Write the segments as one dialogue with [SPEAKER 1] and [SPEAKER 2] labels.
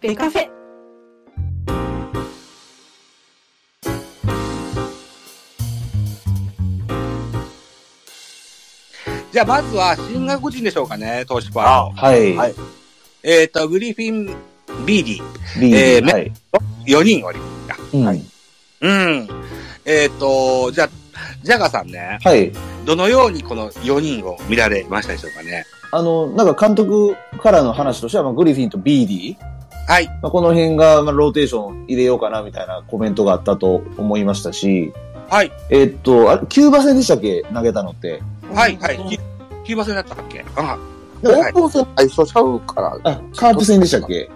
[SPEAKER 1] ベカフェ。
[SPEAKER 2] じゃあ、まずは進学人でしょうかね、東芝。は
[SPEAKER 3] はい。
[SPEAKER 2] はいえっ、と、グリフィン・ビーディ、
[SPEAKER 3] リ
[SPEAKER 2] え
[SPEAKER 3] ー
[SPEAKER 2] ーね
[SPEAKER 3] はい。
[SPEAKER 2] 4人おりますが。
[SPEAKER 3] うん
[SPEAKER 2] は
[SPEAKER 3] はいい。
[SPEAKER 2] うん。えっ、と、じゃあ、ジャガさんね、どのようにこの4人を見られましたでしょうかね。
[SPEAKER 3] あの、なんか監督からの話としては、まあ、グリフィンとビーディ、
[SPEAKER 2] はい。
[SPEAKER 3] まあ、この辺が、まあ、ローテーション入れようかなみたいなコメントがあったと思いましたし、
[SPEAKER 2] はい。
[SPEAKER 3] えっと、あれ、キューバ戦でしたっけ投げたのって。
[SPEAKER 2] はい。はい。きキューバ戦だったっけあ
[SPEAKER 3] なんか
[SPEAKER 2] はい
[SPEAKER 4] オープン戦最初ちゃうから。
[SPEAKER 3] あ、カープ戦でしたっけ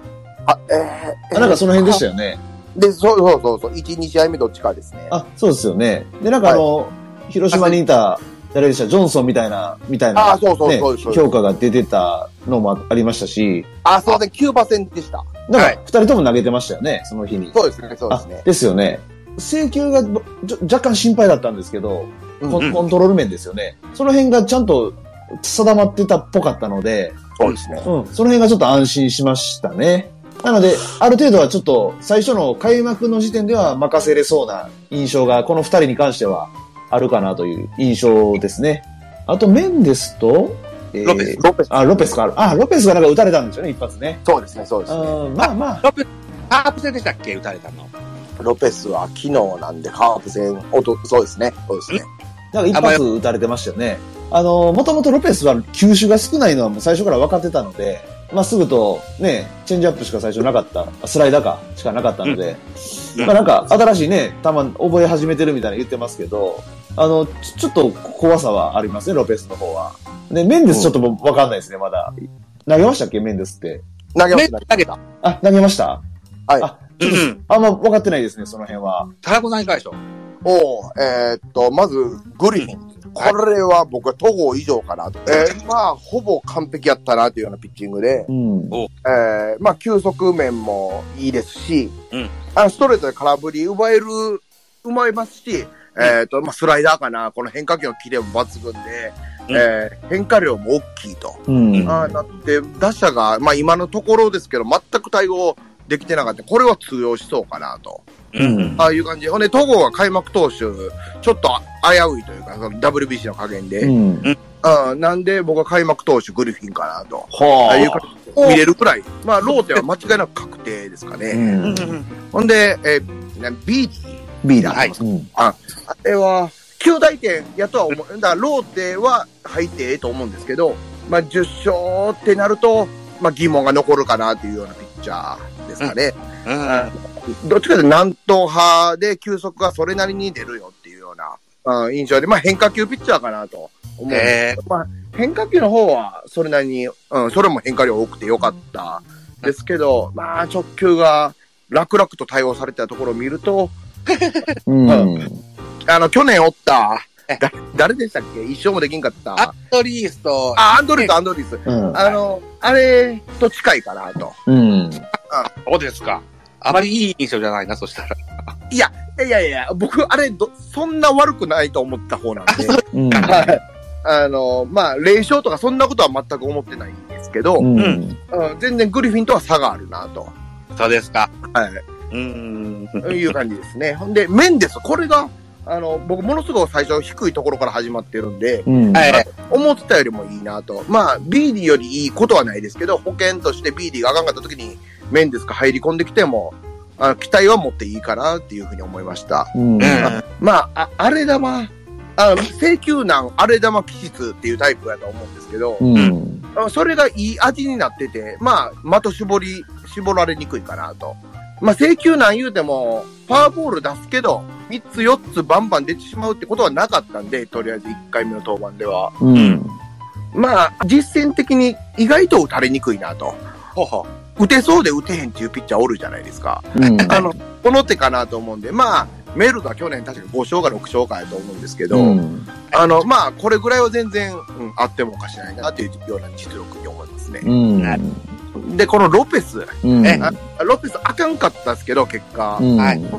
[SPEAKER 4] あ、えー、
[SPEAKER 3] あなんかその辺でした
[SPEAKER 4] よ。
[SPEAKER 3] よね。
[SPEAKER 4] で、そうそうそうそう、1、2試合目どっちかですね。
[SPEAKER 3] あ、そうですよね。で、なんかあの、広島にいた、誰でしたジョンソンみたいな、みたいな、
[SPEAKER 4] あそうそう
[SPEAKER 3] ね
[SPEAKER 4] そうそう
[SPEAKER 3] 評価が出てたのもありましたし、
[SPEAKER 4] あ、そうですね、キューバ戦でした。
[SPEAKER 3] なん
[SPEAKER 2] はい
[SPEAKER 3] か、二人とも投げてましたよね、その日に。
[SPEAKER 4] そうですね、そうですね
[SPEAKER 3] あ。ですよね。制球がぼちょ若干心配だったんですけど、コ
[SPEAKER 2] うん
[SPEAKER 3] ンコントロール面ですよね。その辺がちゃんと定まってたっぽかったので、
[SPEAKER 4] そうですね。
[SPEAKER 3] うん、その辺がちょっと安心しましたね。なので、ある程度はちょっと最初の開幕の時点では任せれそうな印象が、この二人に関してはあるかなという印象ですね。あと、メンデスと、えー
[SPEAKER 2] ロペス
[SPEAKER 4] ロペス。
[SPEAKER 3] あ、ロペスか。あ、ロペスがなんか打たれたんですよね、一発ね。
[SPEAKER 4] そうですね、そうですね。
[SPEAKER 3] うん、まあまあ。
[SPEAKER 2] ロペス、カープ戦でしたっけ打たれたの。
[SPEAKER 4] ロペスは昨日なんで、カープ戦、おと、そうですね、そうですね。
[SPEAKER 3] なんか一発打たれてましたよね。あの、もともとロペスは球種が少ないのはもう最初から分かってたので、まっすぐとね、チェンジアップしか最初なかった、あスライダーか、しかなかったので、
[SPEAKER 2] うん
[SPEAKER 3] まあなんか新しいね、球覚え始めてるみたいな言ってますけど、あの、ちょちょっと怖さはありますね、ロペスの方は。で、メンデスちょっともう分かんないですね、まだ。投げましたっけ、メンデスって。
[SPEAKER 4] 投げま
[SPEAKER 2] めっ
[SPEAKER 4] し
[SPEAKER 2] ち
[SPEAKER 4] た
[SPEAKER 2] ゃ。投げた。
[SPEAKER 3] あ、投げました
[SPEAKER 4] はい
[SPEAKER 3] あ、
[SPEAKER 2] う
[SPEAKER 3] ちょっと
[SPEAKER 2] ん。
[SPEAKER 3] あんま分かってないですね、その辺は。
[SPEAKER 2] タラコさんいかがでしょう
[SPEAKER 4] おうえーっと、まず、グリフィン。これは僕は戸郷以上かなと。えーまあ、ほぼ完璧やったなというようなピッチングで、
[SPEAKER 3] うん。
[SPEAKER 4] えーまあ、球速面もいいですし、
[SPEAKER 2] うん
[SPEAKER 4] あストレートで空振り奪える、奪えますし、えーとまあ、スライダーかな、この変化球のキレも抜群で、
[SPEAKER 2] うん
[SPEAKER 4] えー変化量も大きいと。
[SPEAKER 3] うん。
[SPEAKER 4] あーだって、打者が、まあ、今のところですけど、全く対応できてなかった。これは通用しそうかなと。
[SPEAKER 2] う
[SPEAKER 3] うん
[SPEAKER 2] ん。
[SPEAKER 4] ああいう感じで。ほんで、戸郷は開幕投手、ちょっと危ういというか、その WBC の加減で。
[SPEAKER 3] うん。
[SPEAKER 4] あなんで、僕は開幕投手グリフィンかなと。ああいう
[SPEAKER 3] は
[SPEAKER 4] 感じで見れるくらい。まあ、ローテは間違いなく確定ですか
[SPEAKER 3] あ。
[SPEAKER 4] ね。
[SPEAKER 3] ん
[SPEAKER 4] ほんで、えーなビーディ
[SPEAKER 3] ビー
[SPEAKER 4] ダー
[SPEAKER 2] はい
[SPEAKER 3] うん。
[SPEAKER 4] あれは、9大点やとは思う。だから、ローテは入ってええと思うんですけど、まあ、10勝ってなると、まあ、疑問が残るかなというようなピッチャーですかね。
[SPEAKER 2] うん
[SPEAKER 4] どっちかというと南東派で球速がそれなりに出るよっていうような、うん印象で、まあ、変化球ピッチャーかなと思うんです
[SPEAKER 2] え
[SPEAKER 4] けど、まあ、変化球の方はそれなりに、うん、それも変化量多くてよかったですけど、まあ、直球が楽々と対応されてたところを見ると、
[SPEAKER 3] うん。
[SPEAKER 4] あの、去年おった
[SPEAKER 2] え、
[SPEAKER 4] だ誰でしたっけ一生もできんかった。
[SPEAKER 2] ー、アットリースト、
[SPEAKER 4] あ、アンドリース、アンドリース。
[SPEAKER 3] うん。
[SPEAKER 4] あの、あれと近いかなと。
[SPEAKER 3] うん。
[SPEAKER 2] そうですか。あまりいい印象じゃないな、そしたら。
[SPEAKER 4] いやいやいや、僕、あれど、そんな悪くないと思った方なんで。
[SPEAKER 3] うん。
[SPEAKER 4] はい。あの、まあ、霊障とかそんなことは全く思ってないんですけど、
[SPEAKER 3] うん。
[SPEAKER 4] うん全然グリフィンとは差があるなと、
[SPEAKER 2] そうですか。
[SPEAKER 4] は
[SPEAKER 2] うん。
[SPEAKER 4] い、いう感じですね。ほんで、メンデス、これが、あの、僕、ものすごく最初低いところから始まってるんで、
[SPEAKER 3] うん。
[SPEAKER 2] はい。
[SPEAKER 4] 思ってたよりもいいなと。まあ、ビーディよりいいことはないですけど、保険としてビーディがあかんかった時に、メンデスが入り込んできても、あの期待は持っていいかなっていうふうに思いました。
[SPEAKER 3] うん。
[SPEAKER 4] まあ、あ荒れ玉、あ請求難、荒れ玉気質っていうタイプやと思うんですけど、
[SPEAKER 3] うん。
[SPEAKER 4] あそれがいい味になってて、まあ、的絞り、絞られにくいかなと。まあ、請求なん言うても、フォアボール出すけど、3つ4つバンバン出てしまうってことはなかったんで、とりあえず1回目の登板では。
[SPEAKER 3] うん。
[SPEAKER 4] まあ、実践的に意外と打たれにくいなと。
[SPEAKER 2] ほうほ
[SPEAKER 4] 打てそうで打てへんっていうピッチャーおるじゃないですか。あの、この手かなと思うんで、まあ、メルトは去年確か5勝か6勝かやと思うんですけど、
[SPEAKER 3] うん。
[SPEAKER 4] あの、まあ、これぐらいは全然、うん、あってもおかしないなというような実力に思いますね。
[SPEAKER 3] うん。
[SPEAKER 4] で、このロペス、
[SPEAKER 3] うん。
[SPEAKER 4] ロペスあかんかったですけど、結果。
[SPEAKER 3] うん。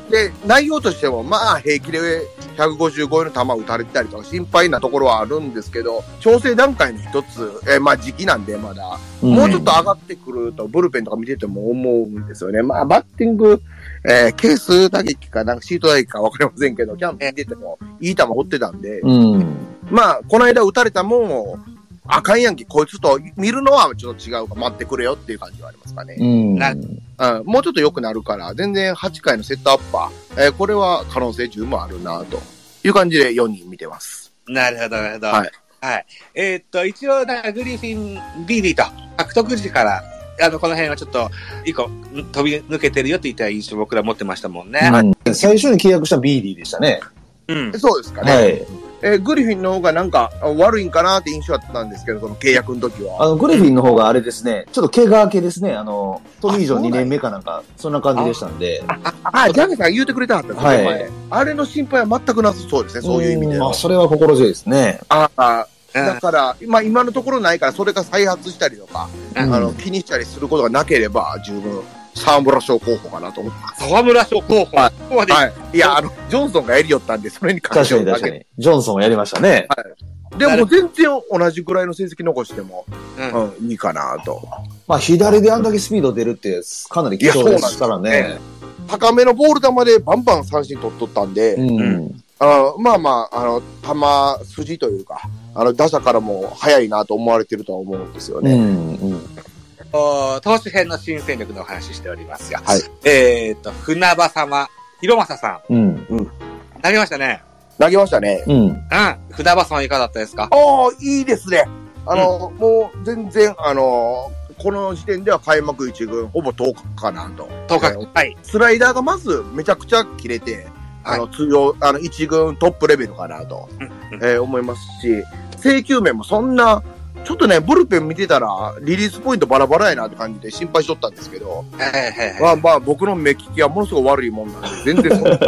[SPEAKER 4] で、内容としても、まあ、平気で155超えの球を打たれてたりとか心配なところはあるんですけど、調整段階の一つ、えーまあ時期なんでまだ、もうちょっと上がってくると、ブルペンとか見てても思うんですよね。まあ、バッティング、えーケース打撃か、なんかシート打撃かわかりませんけど、キャンプ見てても、いい球打ってたんで、
[SPEAKER 3] うん。
[SPEAKER 4] まあ、この間打たれたもんを、あかんやんけ、こいつと見るのはちょっと違うから、待ってくれよっていう感じはありますかね。
[SPEAKER 3] うん。
[SPEAKER 2] な
[SPEAKER 4] うん、もうちょっと良くなるから、全然8回のセットアッパー、えーこれは可能性十分あるなという感じで4人見てます。
[SPEAKER 2] なるほど、なるほど。
[SPEAKER 4] はい。
[SPEAKER 2] はい。えーっと、一応、だからグリフィン、ビリーと、獲得時から、あの、この辺はちょっと、一個、ん飛び抜けてるよって言った印象僕ら持ってましたもんね。
[SPEAKER 3] うん最初に契約したビーディでしたね。
[SPEAKER 2] うん。
[SPEAKER 4] そうですかね。
[SPEAKER 3] はい。
[SPEAKER 4] えーグリフィンの方がなんかあ悪いんかなって印象だったんですけど、その契約の時は。
[SPEAKER 3] あの、グリフィンの方があれですね、ちょっと怪我明けですね、あの、トミー・ジョン
[SPEAKER 4] あそ
[SPEAKER 3] 2
[SPEAKER 4] うなんや
[SPEAKER 3] 年目かなんか、そんな感じでしたんで。
[SPEAKER 4] あ、ジャンケさん言うてくれたはったんですね、
[SPEAKER 3] はい
[SPEAKER 4] 前あれの心配は全くなさそうですね、そういう意味で
[SPEAKER 3] んま
[SPEAKER 4] は
[SPEAKER 3] あ、。それは心強いですね。
[SPEAKER 4] ああ、
[SPEAKER 2] うん
[SPEAKER 4] だから、まあ今のところないから、それが再発したりとか、
[SPEAKER 2] うん
[SPEAKER 4] あの、気にしたりすることがなければ、十分、沢村賞候補かなと思ってます。
[SPEAKER 2] 沢村賞候補。
[SPEAKER 4] は
[SPEAKER 2] ここまで。
[SPEAKER 4] はい。いや、あの、ジョンソンがやりよったんで、それに関
[SPEAKER 3] 確
[SPEAKER 4] して
[SPEAKER 3] かに
[SPEAKER 4] はだ
[SPEAKER 3] 確か
[SPEAKER 4] け
[SPEAKER 3] に。ジョンソンをやりましたね。
[SPEAKER 4] でも全然同じぐらいの成績残しても、
[SPEAKER 2] うん
[SPEAKER 4] うん、いいかなと。
[SPEAKER 3] まあ、左であんだけスピード出るって、かなり貴重ですから
[SPEAKER 4] いや
[SPEAKER 3] ね。
[SPEAKER 4] 高めのボール球でバンバン三振取っとったんで、
[SPEAKER 3] うん
[SPEAKER 2] う
[SPEAKER 4] あまあまあ、あの、球筋というか、あの、打者からも早いなと思われてるとは思うんですよ
[SPEAKER 3] う
[SPEAKER 4] ね。
[SPEAKER 3] ん。うん。
[SPEAKER 2] お投手編の新戦力のお話ししておりますが。
[SPEAKER 4] はい
[SPEAKER 2] えーっと、船場様、広正さ
[SPEAKER 3] うん。
[SPEAKER 2] ん、なりましたね。
[SPEAKER 4] 投げましたね。
[SPEAKER 3] うん。
[SPEAKER 2] うん。船場さんいかがだったですか
[SPEAKER 4] ああ、いいですね。あの、もう全然、あの、この時点では開幕一軍、ほぼ10日かなと。
[SPEAKER 2] 当確はい。
[SPEAKER 4] スライダーがまずめちゃくちゃ切れて、あの、通用、あの、一軍トップレベルかなと、
[SPEAKER 2] うん
[SPEAKER 4] えー思いますし、制球面もそんな、ちょっとね、ブルペン見てたら、リリースポイントバラバラやなって感じで心配しとったんですけど、
[SPEAKER 2] はいはいはい
[SPEAKER 4] まあまあ、僕の目利きはものすごく悪いもんなんで、全然そんな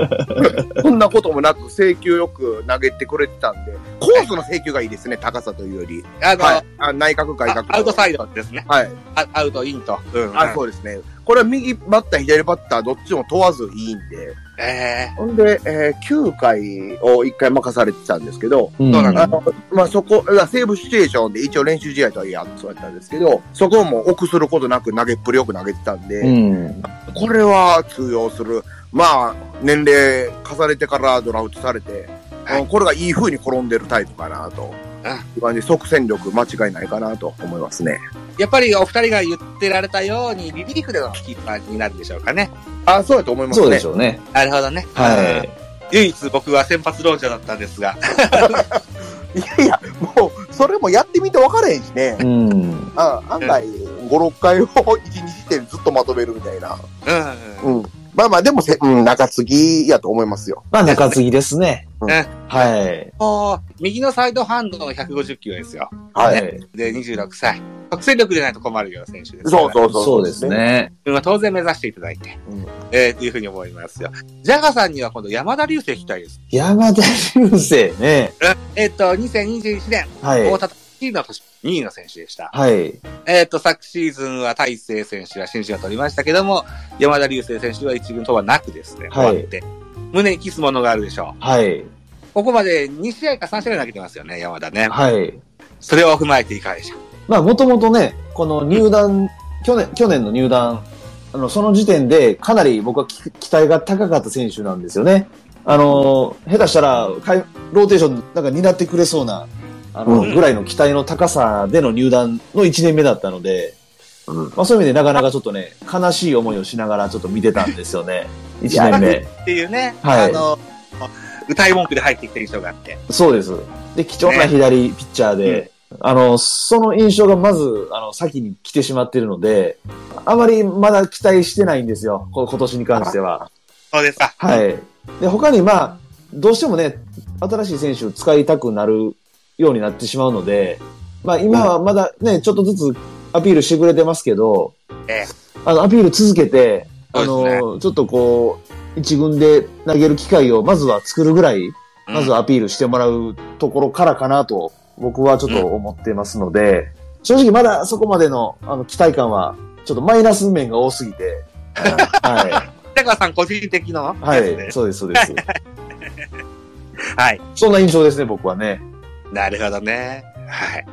[SPEAKER 4] そんなこともなく、制球よく投げてくれてたんで、コースの制球がいいですね、高さというより。
[SPEAKER 2] あの、
[SPEAKER 4] はい。あ内角、外
[SPEAKER 2] あ
[SPEAKER 4] 角。
[SPEAKER 2] アウトサイドですね。
[SPEAKER 4] はい。
[SPEAKER 2] あアウト、インと。うん。
[SPEAKER 4] あ、そうですね。これは右バッター、左バッター、どっちも問わずいいんで、
[SPEAKER 2] え
[SPEAKER 4] ほんで、えー9回を1回任されてたんですけど、
[SPEAKER 3] そう
[SPEAKER 2] なん
[SPEAKER 4] あのまあ、そこ、いやセーブシチュエーションで一応練習試合とはいえ、そうやったんですけど、そこをもう臆することなく投げっぷりよく投げてたんで、
[SPEAKER 3] うん。
[SPEAKER 4] これは通用する。まあ、年齢重ねてからドラフトされて、
[SPEAKER 2] はい
[SPEAKER 4] うんこれがいい風に転んでるタイプかなと。
[SPEAKER 2] あ
[SPEAKER 4] いう感じで即戦力間違いないかなと思いますね。
[SPEAKER 2] ーやっぱりお二人が言ってられたように、リリーフでのキーパーになるんでしょうかね。
[SPEAKER 4] あ、そうやと思いますね。
[SPEAKER 3] そうでしょうね。
[SPEAKER 2] なるほどね。
[SPEAKER 3] は
[SPEAKER 2] い。
[SPEAKER 3] い。
[SPEAKER 2] 唯一僕は先発ロージャーだったんですが。
[SPEAKER 4] いやいや、もう、それもやってみて分からへんしね。
[SPEAKER 3] うん。
[SPEAKER 4] あ案外、5、6回を1日でずっとまとめるみたいな。
[SPEAKER 2] うん。
[SPEAKER 4] うん。まあまあ、でもせ、うん、中継ぎやと思いますよ。
[SPEAKER 3] まあ、中継ぎですね。
[SPEAKER 4] うん
[SPEAKER 3] はい。
[SPEAKER 2] もう右のサイドハンドの150キロですよ。
[SPEAKER 4] はい。
[SPEAKER 3] い。
[SPEAKER 2] で、26歳。即戦力でないと困るような選手ですから。
[SPEAKER 4] そうそうそう。
[SPEAKER 3] そうです。ね。
[SPEAKER 2] まあ当然目指していただいて、
[SPEAKER 4] うん
[SPEAKER 2] えーというふうに思いますよ。ジャガさんには今度山田流星期待です。
[SPEAKER 3] 山田流星ね。
[SPEAKER 2] えっ、と、2021年、
[SPEAKER 3] はい。
[SPEAKER 2] 大田チームの年、2位の選手でした。
[SPEAKER 3] はい。
[SPEAKER 2] えっ、と、昨シーズンは大勢選手が新人を取りましたけども、山田流星選手は一軍とはなくですね、
[SPEAKER 3] はい
[SPEAKER 2] 終わって、胸にキスものがあるでしょう。
[SPEAKER 3] はい。
[SPEAKER 2] ここまで2試合か3試合投げてますよね、山田ね。
[SPEAKER 3] はい。
[SPEAKER 2] それを踏まえていかがでしょう
[SPEAKER 3] まあ、もともとね、この入団、去年、去年の入団、あの、その時点でかなり僕はき期待が高かった選手なんですよね。あの、下手したら、かいローテーションなんか担ってくれそうな、あの、
[SPEAKER 4] うん
[SPEAKER 3] ぐらいの期待の高さでの入団の1年目だったので、
[SPEAKER 4] うん
[SPEAKER 3] まあそういう意味でなかなかちょっとね、悲しい思いをしながらちょっと見てたんですよね。1年目。
[SPEAKER 2] っていうね、
[SPEAKER 3] は
[SPEAKER 2] あ
[SPEAKER 3] い
[SPEAKER 2] の、歌い文句で入ってきた印象があって。
[SPEAKER 3] そうです。で、貴重な左ピッチャーで、あの、その印象がまず、あの、先に来てしまってるので、あまりまだ期待してないんですよ、こ今年に関しては。
[SPEAKER 2] そうですか。
[SPEAKER 3] はい。で、他にまあ、どうしてもね、新しい選手を使いたくなるようになってしまうので、まあ今はまだね、ちょっとずつアピールしてくれてますけど、
[SPEAKER 2] ええ
[SPEAKER 3] あの、アピール続けて、あ
[SPEAKER 2] そうですね
[SPEAKER 3] の、ちょっとこう、一軍で投げる機会をまずは作るぐらい、まず
[SPEAKER 2] は。
[SPEAKER 3] アピールしてもらうところからかなと、僕はちょっと思ってますので、正直まだそこまでのあの期待感は、ちょっとマイナス面が多すぎて、はい、
[SPEAKER 2] 北川さん個人的な
[SPEAKER 3] は
[SPEAKER 2] やつで
[SPEAKER 3] い、そうです、そうです。
[SPEAKER 2] はい。
[SPEAKER 3] そんな印象ですね、僕はね。
[SPEAKER 2] なるほどね。はい。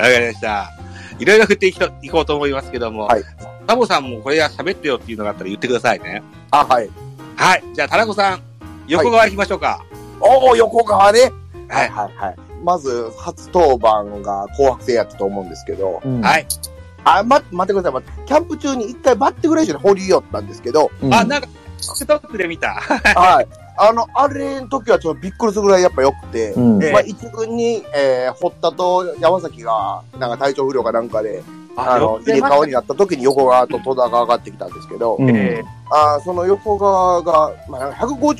[SPEAKER 2] わかりました。いろいろ振っていきといこうと思いますけども、
[SPEAKER 4] はい
[SPEAKER 2] タモさんもこれは喋ってよっていうのがあったら言ってくださいね。
[SPEAKER 4] あ、はい。
[SPEAKER 2] はい。じゃあ、田中さん、横側行きましょうか。
[SPEAKER 4] おお、横川ね。
[SPEAKER 2] はい
[SPEAKER 4] はいはい。まず、初登板が紅白戦やったと思うんですけど、
[SPEAKER 3] うん
[SPEAKER 2] はい。
[SPEAKER 4] あ、ま、待ってください、待って。キャンプ中に一回バッティング練習で掘り寄ったんですけど、
[SPEAKER 3] うん
[SPEAKER 2] あ、なんか、TikTok で見た。
[SPEAKER 4] はい。あの、あれの時はちょっとびっくりするぐらいやっぱ良くて、
[SPEAKER 3] うん
[SPEAKER 2] ええ
[SPEAKER 4] まあ、一軍に、えー、堀田と山崎が、なんか体調不良かなんかで、あの、入れ替わりになった時に横川と戸田が上がってきたんですけど、
[SPEAKER 3] うん
[SPEAKER 2] え
[SPEAKER 4] あーその横川が、まあ、なんか